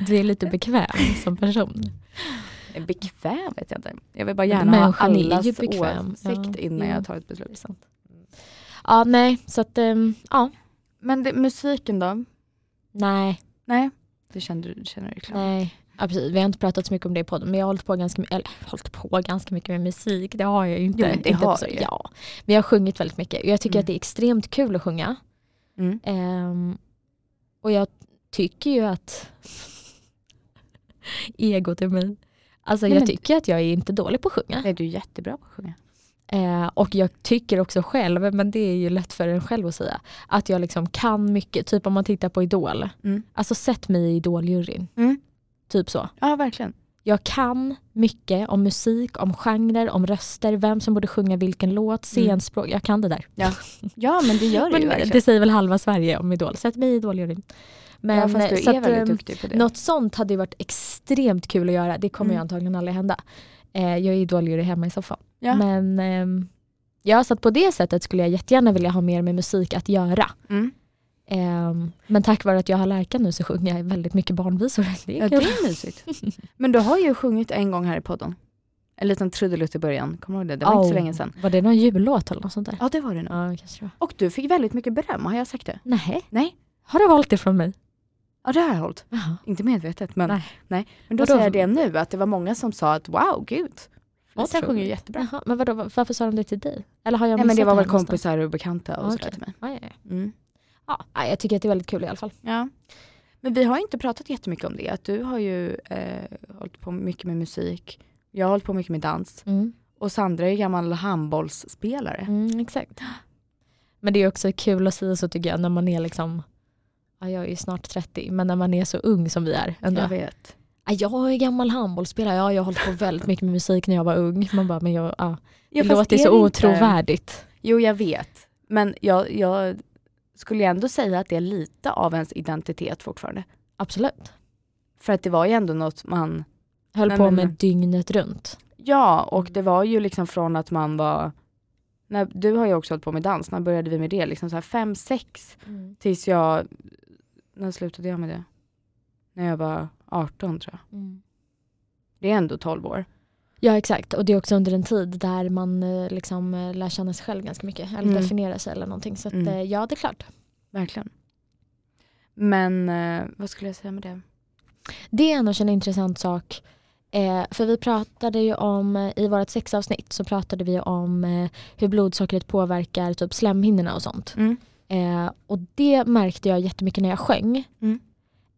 S2: Du är lite bekväm som *laughs* person.
S1: Bekväm vet jag inte. Jag vill bara gärna
S2: Men
S1: ha
S2: man är ju
S1: allas
S2: bekväm.
S1: åsikt
S2: Ja, Mm.
S1: innan
S2: jo.
S1: jag tar ett beslut.
S2: Ja, nej, så att, ehm, ja,
S1: Men det, musiken då?
S2: nej,
S1: Nej, det känner du, känner du klart.
S2: nej. Ja, precis. Vi har inte pratat så mycket om det i podden, men jag har hållit på ganska, my- eller, hållit på ganska mycket med musik. Det har jag ju inte.
S1: Jo, men det
S2: inte
S1: har
S2: så-
S1: du ju.
S2: Ja, men jag har sjungit väldigt mycket. Jag tycker
S1: Mm.
S2: att det är extremt kul att sjunga.
S1: Mm.
S2: Ehm, och jag tycker ju *laughs* att egot är mig. Alltså
S1: Nej,
S2: jag
S1: men-
S2: tycker att jag är inte dålig på att sjunga.
S1: Nej, du är jättebra på att sjunga.
S2: Eh, och jag tycker också själv, men det är ju lätt för en själv att säga, att jag liksom kan mycket. Typ om man tittar på Idol.
S1: Mm.
S2: Alltså sätt mig i Idoljuryn.
S1: Mm.
S2: Typ så.
S1: Ja, verkligen.
S2: Jag kan mycket om musik, om genrer, om röster, vem som borde sjunga vilken låt,
S1: Mm.
S2: scenspråk. Jag kan det där.
S1: Ja, men det gör du ju
S2: Men
S1: verkligen.
S2: det säger väl halva Sverige om Idol. Sätt mig i Idoljuryn. Men,
S1: ja, fast du
S2: eh, så
S1: är
S2: att,
S1: väldigt
S2: ehm,
S1: duktig på det.
S2: Något sånt hade ju varit extremt kul att göra. Det kommer
S1: Mm.
S2: ju antagligen aldrig hända. Eh, jag är idoljury hemma i soffan.
S1: Ja.
S2: Men ehm, ja, så att på det sättet skulle jag jättegärna vilja ha mer med musik att göra.
S1: Mm.
S2: Ehm, men tack vare att jag har lärkan nu så sjunger jag väldigt mycket barnvisor. *laughs* Det är
S1: Ja, det
S2: kul.
S1: är mysigt. *laughs* Men du har ju sjungit en gång här i podden. En liten trudelutt i början, kommer du ihåg det? Det var inte så
S2: Oh.
S1: länge sedan.
S2: Var det någon jullåt eller något sånt där?
S1: Ja, det var det nog.
S2: Ja, kanske det var.
S1: Och du fick väldigt mycket beröm, har jag sagt det?
S2: Nej.
S1: *laughs* Nej.
S2: Har du valt det från mig?
S1: Ja, det har jag hållit.
S2: Jaha.
S1: Inte medvetet, men
S2: Nej.
S1: nej. Men då
S2: Vadå?
S1: säger jag det nu, att det var många som sa att wow, gud.
S3: Patrik sjunger ju jättebra.
S2: Jaha, men vadå, var- varför sa de det till dig? Eller har jag
S1: Nej men det Ah,
S2: missat
S1: var väl
S2: här någonstans?
S1: kompisar och bekanta och
S2: Ja,
S1: sådär
S2: okej.
S1: till mig.
S2: Ja, ja, ja.
S1: Mm.
S2: Ja, nej, jag tycker att det är väldigt kul i alla fall.
S1: Ja. Men vi har inte pratat jättemycket om det. Att du har ju eh, hållit på mycket med musik. Jag har hållit på mycket med dans.
S2: Mm.
S1: Och Sandra är gammal handbollsspelare.
S2: Mm, exakt. *gasps* Men det är också kul att säga så tycker jag när man är liksom, ja, jag är ju snart 30, men när man är så ung som vi är. Ändå.
S1: Jag
S2: Jag,
S1: vet.
S2: Ah, jag är gammal handbollsspelare, ja, jag har hållit på väldigt mycket med musik när jag var ung. Man bara, men jag, ja,
S1: Ja,
S2: det
S1: fast
S2: låter
S1: är
S2: så
S1: det
S2: otrovärdigt.
S1: Jo jag vet. Men jag, jag skulle ju ändå säga att det är lite av ens identitet fortfarande.
S2: Absolut.
S1: För att det var ju ändå något man
S2: Höll
S1: Nej,
S2: på
S1: men-
S2: med dygnet runt.
S1: Ja, och det var ju liksom från att man var när, du har ju också hållit på med dans, när började vi med det? Liksom så här fem, sex tills jag, när slutade jag med det? När jag var 18 tror jag. Det är ändå 12 år.
S2: Mm. Ja exakt och det är också under en tid där man eh, liksom eh, lär känna sig själv ganska mycket eller
S1: Mm.
S2: definiera sig eller någonting. Så att,
S1: Mm.
S2: eh, ja det är klart.
S1: Verkligen. Men eh, vad skulle jag säga med det?
S2: Det är annars en intressant sak. Eh, för vi pratade ju om, eh, i vårt sexavsnitt så pratade vi om eh, hur blodsockret påverkar typ slemhinnorna och sånt.
S1: Mm.
S2: Eh, och det märkte jag jättemycket när jag sjöng.
S1: Mm.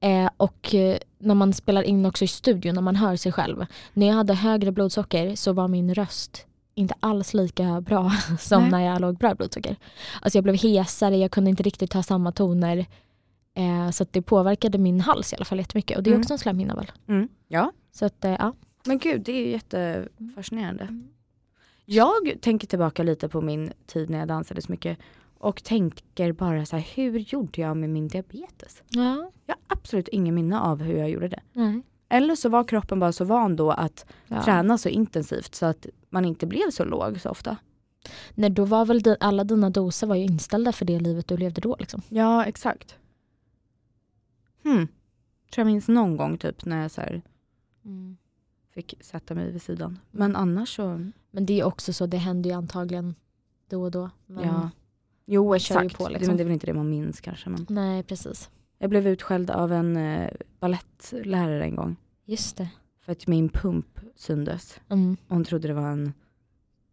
S2: Eh, och eh, när man spelar in också i studion, när man hör sig själv. När jag hade högre blodsocker så var min röst inte alls lika bra *laughs* som
S1: Nej.
S2: när jag låg bra blodsocker. Alltså jag blev hesare, jag kunde inte riktigt ta samma toner. Eh, så att det påverkade min hals i alla fall jättemycket. Och det är
S1: Mm.
S2: också en slemhinna väl?
S1: Ja.
S2: Så att, eh, ja.
S1: Men gud, det är ju jättefascinerande. Jag tänker tillbaka lite på min tid när jag dansade så mycket och tänker bara så här, hur gjorde jag med min diabetes?
S2: ja.
S1: Jag har absolut ingen minne av hur jag gjorde det.
S2: Nej.
S1: Eller så var kroppen bara så van då att
S2: Ja.
S1: träna så intensivt så att man inte blev så låg så ofta.
S2: Nej, då var väl di- alla dina doser var ju inställda för det livet du levde då. Liksom.
S1: Ja, exakt. Hmm. Tror jag minns någon gång typ när jag så här fick sätta mig vid sidan. Men annars så,
S2: Men det är också så, det händer ju antagligen då och då. Men
S1: ja. Jo,
S2: Man kör ju
S1: exakt.
S2: på,
S1: Det-
S2: liksom.
S1: Men det är väl inte det man minns kanske. Men.
S2: Nej, precis.
S1: Jag blev utskälld av en eh, ballettlärare en gång
S2: Just det.
S1: för att min pump syndes.
S2: Mm.
S1: Och Hon trodde det var en,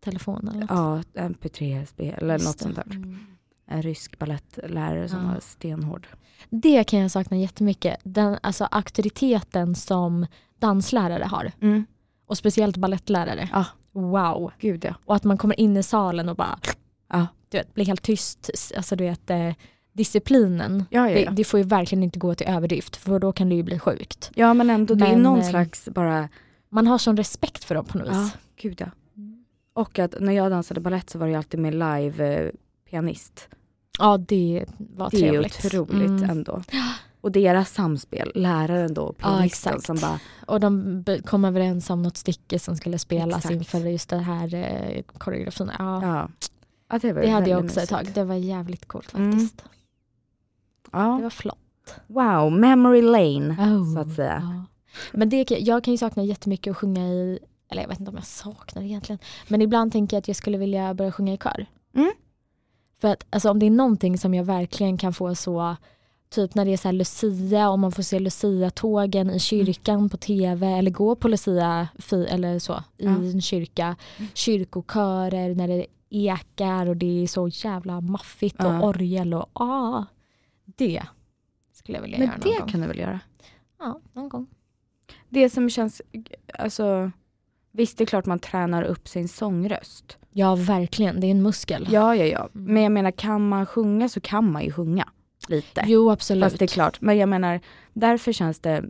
S2: Telefon eller något.
S1: ja, mp3-spel eller
S2: Just
S1: något
S2: det.
S1: sånt där.
S2: Mm.
S1: en rysk ballettlärare som
S2: Ja.
S1: var stenhård.
S2: Det kan jag sakna jättemycket. Den, alltså auktoriteten som danslärare har.
S1: Mm.
S2: Och speciellt ballettlärare.
S1: Ja.
S2: Wow.
S1: Gud ja.
S2: Och att man kommer in i salen och bara
S1: Ja.
S2: du vet, blir helt tyst. Alltså du vet, eh, disciplinen.
S1: Ja, ja,
S2: Det,
S1: ja.
S2: det får ju verkligen inte gå till överdrift för då kan det ju bli sjukt.
S1: ja men ändå det är
S2: Men,
S1: någon
S2: eh,
S1: slags bara,
S2: Man har sån respekt för dem på något
S1: ja
S2: vis.
S1: gud ja.
S2: Mm.
S1: Och att när jag dansade ballett så var det ju alltid med live eh, pianist.
S2: Ja, det var
S1: Det är ju
S2: trevligt.
S1: otroligt *gasps*
S2: Mm.
S1: ändå. Och deras samspel, läraren då och pianisten
S2: exakt.
S1: som bara,
S2: Och de b- kom överens om något stycke som skulle spelas
S1: Exakt.
S2: inför just den här eh, koreografin. Ja,
S1: ja. ja det, var
S2: det
S1: ju
S2: hade jag
S1: väldigt
S2: också ett tag.
S1: mysigt.
S2: Det var jävligt coolt
S1: Mm.
S2: faktiskt. Det
S1: Ja.
S2: var flott.
S1: Wow, memory lane.
S2: Oh,
S1: så att säga.
S2: Ja. Men det, kan- jag kan ju sakna jättemycket att sjunga i, eller jag vet inte om jag saknar det egentligen, men ibland tänker jag att jag skulle vilja börja sjunga i kör.
S1: Mm.
S2: För att alltså, om det är någonting som jag verkligen kan få så, typ när det är så här Lucia, om man får se Lucia-tågen
S1: Mm.
S2: i kyrkan på tv eller gå på Lucia fi, eller så, i
S1: Ja. Mm.
S2: en kyrka, kyrkokörer när det ekar och det är så jävla maffigt
S1: Ja.
S2: och orgel och ah, det skulle jag vilja göra
S1: Men
S2: någon gång.
S1: det kan du väl göra?
S2: Ja, någon gång.
S1: Det som känns, alltså visst det är klart man tränar upp sin sångröst.
S2: Ja, verkligen. Det är en muskel.
S1: Ja, ja, ja.
S2: Mm.
S1: Men jag menar kan man sjunga så kan man ju sjunga lite.
S2: Jo, absolut.
S1: Fast det är klart, men jag menar därför känns det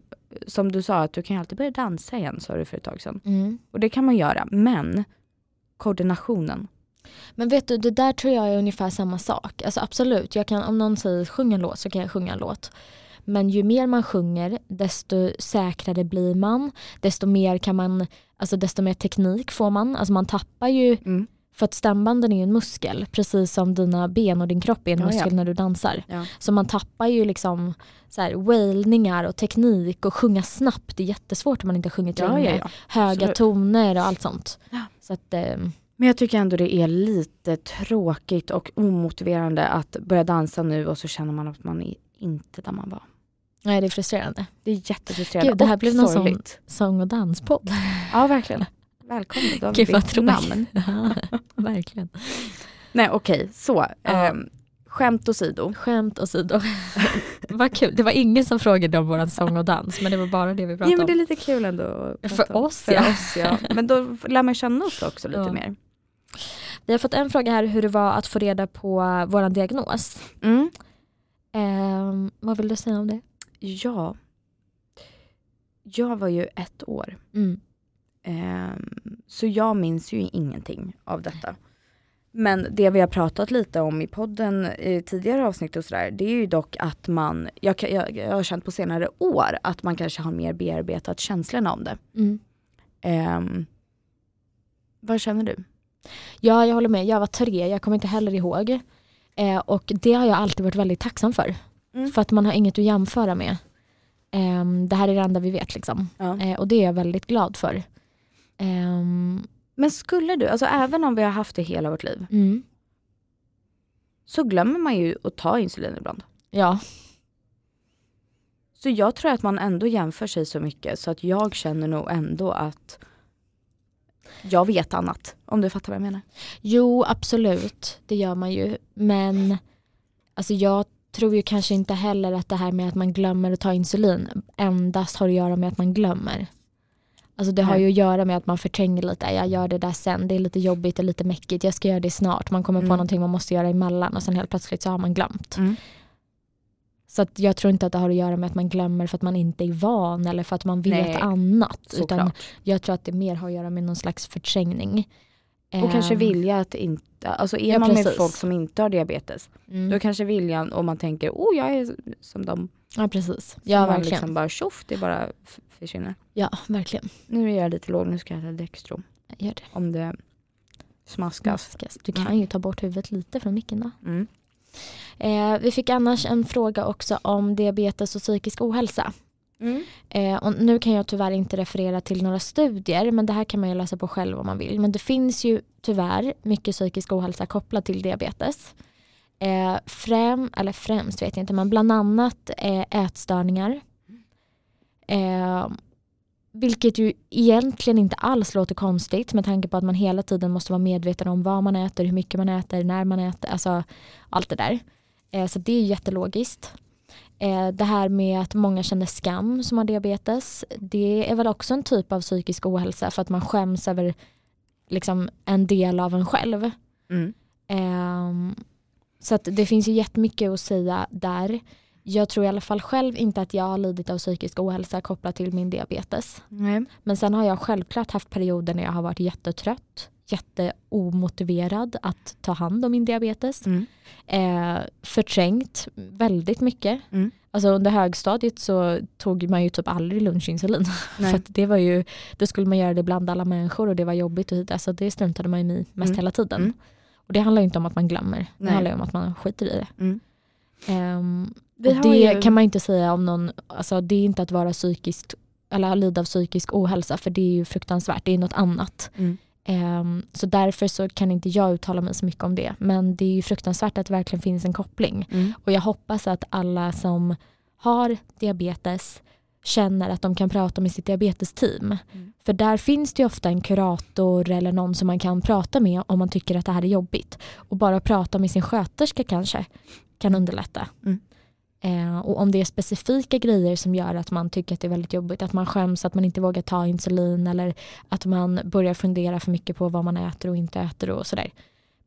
S1: som du sa att du kan ju alltid börja dansa igen sa du för ett tag sedan.
S2: Mm.
S1: Och det kan man göra, men koordinationen.
S2: Men vet du, det där tror jag är ungefär samma sak. Alltså absolut, jag kan, om någon säger sjung en låt så kan jag sjunga en låt. Men ju mer man sjunger, desto säkrare blir man. Desto mer kan man, alltså desto mer teknik får man. Alltså man tappar ju,
S1: Mm.
S2: för att stämbanden är ju en muskel, precis som dina ben och din kropp är en
S1: Ja, ja.
S2: muskel när du dansar.
S1: Ja.
S2: Så man tappar ju liksom så här, wailningar och teknik och sjunga snabbt. Det är jättesvårt om man inte har sjungit länge. höga
S1: Absolut.
S2: toner och allt sånt.
S1: Ja.
S2: Så att, eh,
S1: Men jag tycker ändå det är lite tråkigt och omotiverande att börja dansa nu och så känner man att man är inte där man var.
S2: nej, det är frustrerande.
S1: Det är jättefrustrerande
S2: Gud, det här
S1: och
S2: blev någon sån-
S1: sorgligt.
S2: Sång och danspodd.
S1: Ja, verkligen. Välkommen, då har vi
S2: *laughs* Gud vad
S1: bytt namn.
S2: tråkigt. Ja, verkligen.
S1: Nej okej, så.
S2: Ja.
S1: ehm, skämt åsido.
S2: Skämt åsido. *laughs* vad kul. Det var ingen som frågade om våran sång och dans men det var bara det vi pratade
S1: Jo men det är
S2: om.
S1: lite kul ändå. att prata
S2: För
S1: om.
S2: oss,
S1: För
S2: ja.
S1: oss ja. Men då lär man känna oss också lite
S2: Ja.
S1: mer.
S2: Vi har fått en fråga här hur det var att få reda på eh, våran diagnos.
S1: Mm.
S2: Ehm, vad vill du säga om det?
S1: Ja. Jag var ju ett år.
S2: Mm.
S1: Ehm, så jag minns ju ingenting av detta. Men det vi har pratat lite om i podden i tidigare avsnitt och sådär, det är ju dock att man, jag, kan- jag, jag har känt på senare år att man kanske har mer bearbetat känslorna om det.
S2: Mm.
S1: Ehm, vad känner du?
S2: Ja, jag håller med. Jag var tre, jag kommer inte heller ihåg. Eh, och det har jag alltid varit väldigt tacksam för.
S1: Mm.
S2: För att man har inget att jämföra med. Ehm, det här är det enda vi vet liksom.
S1: Ja.
S2: Eh, och det är jag väldigt glad för. Ehm,
S1: Men skulle du, alltså även om vi har haft det hela vårt liv,
S2: mm.
S1: så glömmer man ju att ta insulin ibland.
S2: Ja,
S1: Så jag tror att man ändå jämför sig så mycket så att jag känner nog ändå att jag vet annat. Om du fattar vad jag menar.
S2: jo absolut, det gör man ju. Men alltså, jag tror ju kanske inte heller att det här med att man glömmer att ta insulin endast har att göra med att man glömmer. Alltså det har
S1: Nej.
S2: ju att göra med att man förtränger lite, jag gör det där sen, det är lite jobbigt, det är lite mäckigt, jag ska göra det snart, man kommer
S1: Mm.
S2: på någonting man måste göra emellan och sen helt plötsligt så har man glömt.
S1: Mm.
S2: Så att jag tror inte att det har att göra med att man glömmer för att man inte är van eller för att man vet
S1: Nej,
S2: annat. utan
S1: Såklart.
S2: Jag tror att det mer har att göra med någon slags förträngning.
S1: Och kanske
S2: Ehm,
S1: vilja att inte, alltså är
S2: Ja,
S1: man med
S2: precis.
S1: folk som inte har diabetes,
S2: Mm.
S1: då kanske viljan, om man tänker, oh jag är som dem,
S2: Ja precis.
S1: så
S2: Ja
S1: man
S2: verkligen.
S1: liksom bara tjoff, det bara f- försvinner.
S2: Ja verkligen.
S1: Nu är jag lite låg, nu ska jag äta Dextro.
S2: Gör det.
S1: Om det smaskas.
S2: Maskas. Du kan ju ta bort huvudet lite från micken då.
S1: Mm.
S2: Eh, vi fick annars en fråga också om diabetes och psykisk ohälsa.
S1: Mm.
S2: Eh, och nu kan jag tyvärr inte referera till några studier men det här kan man ju läsa på själv om man vill. Men det finns ju tyvärr mycket psykisk ohälsa kopplat till diabetes. Eh, främ, eller främst vet jag inte men bland annat eh, ätstörningar. Eh, vilket ju egentligen inte alls låter konstigt med tanke på att man hela tiden måste vara medveten om vad man äter, hur mycket man äter, när man äter, alltså allt det där. Eh, så det är ju jättelogiskt. Eh, det här med att många känner skam som har diabetes, det är väl också en typ av psykisk ohälsa för att man skäms över liksom, en del av en själv.
S1: Mm.
S2: Ehm, så att det finns ju jättemycket att säga där. Jag tror i alla fall själv inte att jag har lidit av psykisk ohälsa kopplat till min diabetes.
S1: Nej.
S2: Men sen har jag självklart haft perioder när jag har varit jättetrött, jätteomotiverad att ta hand om min diabetes
S1: Mm.
S2: eh, förträngt väldigt mycket.
S1: Mm.
S2: Alltså under högstadiet så tog man ju typ aldrig *laughs* lunchinsulin.
S1: Nej.
S2: För att det var ju, då skulle man göra det bland alla människor och det var jobbigt. Och, alltså det struntade man ju i mest
S1: Mm.
S2: hela tiden.
S1: Mm.
S2: Och det handlar ju inte om att man glömmer. Det
S1: Nej.
S2: handlar ju om att man skiter i det.
S1: Mm.
S2: Ehm,
S1: Vi
S2: och
S1: har
S2: det
S1: ju-
S2: kan man ju inte säga om någon, alltså det är inte att vara psykiskt eller lida av psykisk ohälsa för det är ju fruktansvärt, det är något annat.
S1: Mm.
S2: Ehm, Så därför så kan inte jag uttala mig så mycket om det. Men det är ju fruktansvärt att det verkligen finns en koppling.
S1: Mm.
S2: Och jag hoppas att alla som har diabetes känner att de kan prata med sitt diabetesteam.
S1: Mm.
S2: För där finns det ju ofta en kurator eller någon som man kan prata med om man tycker att det här är jobbigt. Och bara prata med sin sköterska kanske kan underlätta.
S1: Mm.
S2: Eh, och om det är specifika grejer som gör att man tycker att det är väldigt jobbigt, att man skäms, att man inte vågar ta insulin eller att man börjar fundera för mycket på vad man äter och inte äter och sådär.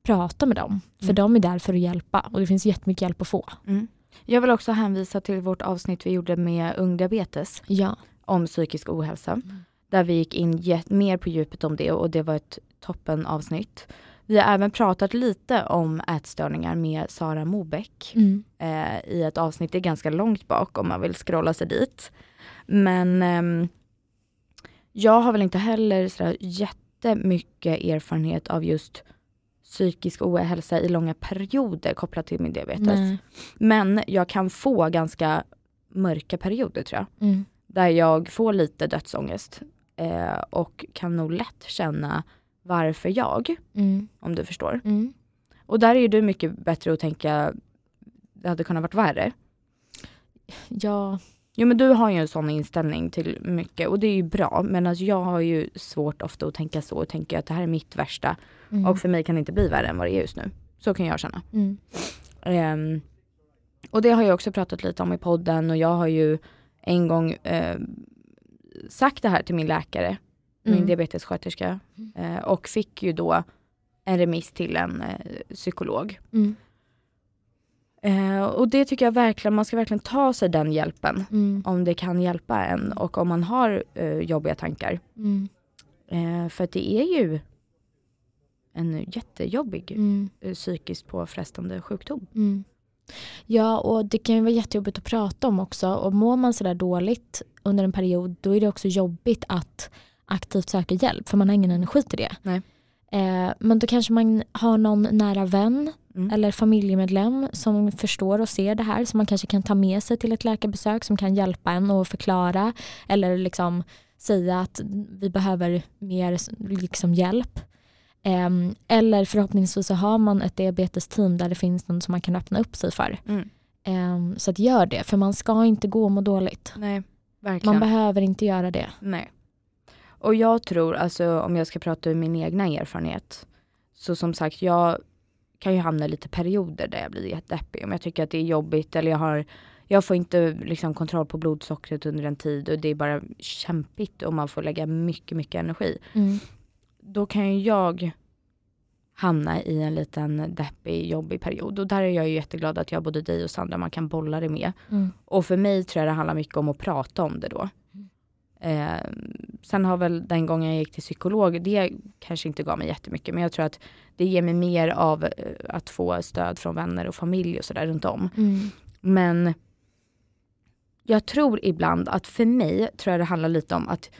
S2: Prata med dem, för
S1: Mm.
S2: de är där för att hjälpa och det finns jättemycket hjälp att få.
S1: Mm. Jag vill också hänvisa till vårt avsnitt vi gjorde med ung diabetes.
S2: Ja.
S1: om psykisk ohälsa. Där vi gick in jät- mer på djupet om det och det var ett toppen avsnitt. Vi har även pratat lite om ätstörningar med Sara Mobeck
S2: Mm.
S1: eh, i ett avsnitt, det är ganska långt bak om man vill scrolla sig dit. Men ehm, jag har väl inte heller sådär jättemycket erfarenhet av just psykisk ohälsa i långa perioder kopplat till min diabetes.
S2: Nej.
S1: Men jag kan få ganska mörka perioder tror jag
S2: Mm.
S1: där jag får lite dödsångest eh, och kan nog lätt känna varför jag,
S2: Mm.
S1: om du förstår.
S2: Mm.
S1: Och där är ju du mycket bättre att tänka, det hade kunnat varit värre.
S2: Ja,
S1: Jo men du har ju en sån inställning till mycket och det är ju bra men alltså jag har ju svårt ofta att tänka så och tänker att det här är mitt värsta
S2: Mm.
S1: och för mig kan det inte bli värre än vad det är just nu. Så kan jag känna.
S2: mm.
S1: Ehm, och det har jag också pratat lite om i podden och jag har ju en gång eh, sagt det här till min läkare, min
S2: Mm.
S1: diabetessköterska eh, och fick ju då en remiss till en eh, psykolog.
S2: Mm.
S1: Eh, och det tycker jag verkligen, man ska verkligen ta sig den hjälpen
S2: Mm.
S1: om det kan hjälpa en och om man har eh, jobbiga tankar.
S2: Mm.
S1: Eh, för att det är ju en jättejobbig
S2: Mm.
S1: eh, psykiskt påfrestande sjukdom.
S2: Mm. Ja, och det kan ju vara jättejobbigt att prata om också. Och mår man sådär dåligt under en period, då är det också jobbigt att aktivt söka hjälp, för man har ingen energi till det.
S1: Nej.
S2: Eh, men då kanske man har någon nära vän
S1: Mm.
S2: eller familjemedlem som förstår och ser det här, som man kanske kan ta med sig till ett läkarbesök, som kan hjälpa en och förklara, eller liksom säga att vi behöver mer liksom hjälp. Ehm, Eller förhoppningsvis så har man ett diabetesteam där det finns någon som man kan öppna upp sig för.
S1: Mm.
S2: Ehm, Så att gör det, för man ska inte gå och må dåligt.
S1: Nej, verkligen.
S2: Man behöver inte göra det.
S1: Nej. Och jag tror, alltså om jag ska prata ur min egna erfarenhet, så som sagt jag kan ju hamna i lite perioder där jag blir jättedeppig. Om jag tycker att det är jobbigt eller jag har, jag får inte liksom kontroll på blodsockret under en tid och det är bara kämpigt och man får lägga mycket, mycket energi.
S2: Mm.
S1: Då kan ju jag hamna i en liten deppig, jobbig period. Och där är jag ju jätteglad att jag har både dig och Sandra man kan bolla det med.
S2: Mm.
S1: Och för mig tror jag det handlar mycket om att prata om det då. Eh, sen har väl den gången jag gick till psykolog, det kanske inte gav mig jättemycket, men jag tror att det ger mig mer av eh, att få stöd från vänner och familj och sådär runt om.
S2: Mm.
S1: Men jag tror ibland att för mig tror jag det handlar lite om att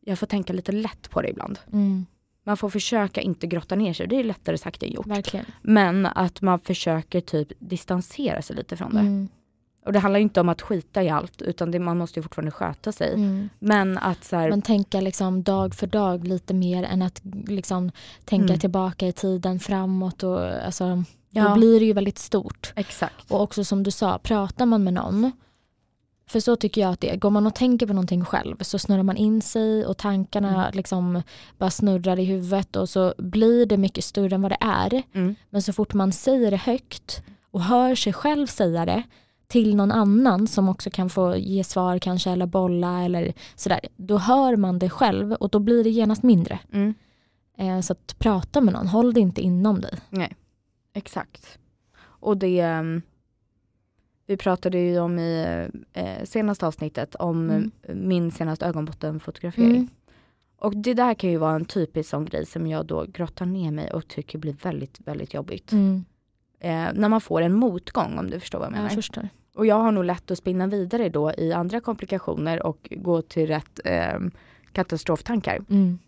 S1: jag får tänka lite lätt på det ibland.
S2: Mm.
S1: Man får försöka inte grotta ner sig, det är lättare sagt än gjort.
S2: Verkligen. Mm,
S1: Men att man försöker typ distansera sig lite från det.
S2: Mm.
S1: Och det handlar ju inte om att skita i allt utan det, man måste ju fortfarande sköta sig.
S2: Mm.
S1: Men att så här,
S2: Men tänka liksom dag för dag lite mer än att liksom tänka
S1: Mm.
S2: tillbaka i tiden framåt. Och, alltså,
S1: Ja.
S2: Då blir det ju väldigt stort.
S1: exakt.
S2: Och också som du sa, pratar man med någon, för så tycker jag att det är, går man och tänker på någonting själv så snurrar man in sig och tankarna
S1: Mm.
S2: liksom bara snurrar i huvudet och så blir det mycket större än vad det är.
S1: Mm.
S2: Men så fort man säger det högt och hör sig själv säga det till någon annan som också kan få ge svar kanske eller bolla eller sådär, då hör man det själv och då blir det genast mindre.
S1: Mm.
S2: Eh, så att prata med någon, håll det inte inom dig.
S1: Exakt. Och det ehm, vi pratade ju om i eh, senaste avsnittet om
S2: Mm.
S1: eh, min senaste ögonbottenfotografering. Och det där kan ju vara en typisk sån grej som jag då grottar ner mig och tycker blir väldigt, väldigt jobbigt.
S2: Mm.
S1: Eh, när man får en motgång om du förstår vad jag menar.
S2: Jag förstår.
S1: Och jag har nog lätt att spinna vidare då i andra komplikationer och gå till rätt ehm, katastroftankar.
S2: Mm.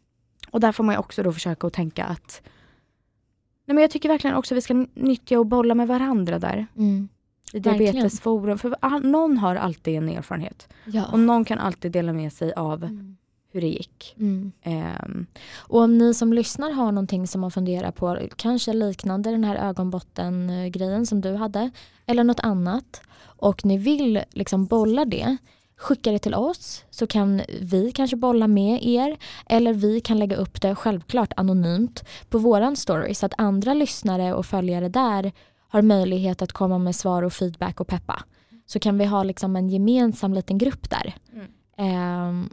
S1: Och där får man ju också då försöka att tänka att Nej men jag tycker verkligen också vi ska nyttja och bolla med varandra där
S2: Mm.
S1: i
S2: Verkligen.
S1: diabetesforum. För all- någon har alltid en erfarenhet
S2: Ja.
S1: och någon kan alltid dela med sig av
S2: Mm.
S1: hur det gick.
S2: Mm.
S1: Ehm,
S2: Och om ni som lyssnar har någonting som man funderar på, kanske liknande den här ögonbotten-grejen som du hade, eller något annat, och ni vill liksom bolla det, skicka det till oss så kan vi kanske bolla med er eller vi kan lägga upp det självklart anonymt på våran story så att andra lyssnare och följare där har möjlighet att komma med svar och feedback och peppa. Så kan vi ha liksom en gemensam liten grupp där.
S1: Mm.
S2: Ehm,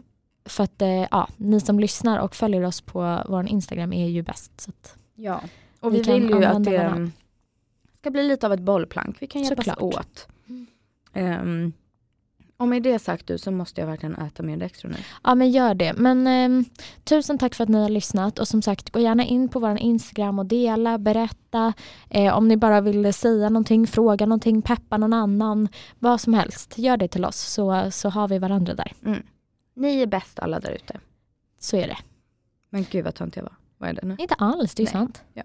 S2: för att eh, ja, ni som lyssnar och följer oss på vår Instagram är ju bäst. Så att,
S1: ja. Och vi,
S2: Vi kan
S1: vill ju att
S2: använda
S1: det
S2: varandra.
S1: ska bli lite av ett bollplank. Vi kan hjälpas
S2: Såklart.
S1: åt.
S2: Mm.
S1: Ehm, och med det sagt du så måste jag verkligen äta mer Dextro nu.
S2: ja men gör det. Men ehm, tusen tack för att ni har lyssnat och som sagt gå gärna in på vår Instagram och dela, berätta. Eh, om ni bara vill säga någonting, fråga någonting, peppa någon annan. Vad som helst, gör det till oss så, så har vi varandra där.
S1: Ni är bäst alla där ute.
S2: Så är det.
S1: Men gud vad tönt jag var. Vad är det nu?
S2: Inte *laughs* alls, det är
S1: Nej.
S2: sant.
S1: Ja.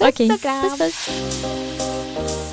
S2: Okej,
S1: och kram.
S2: puss puss.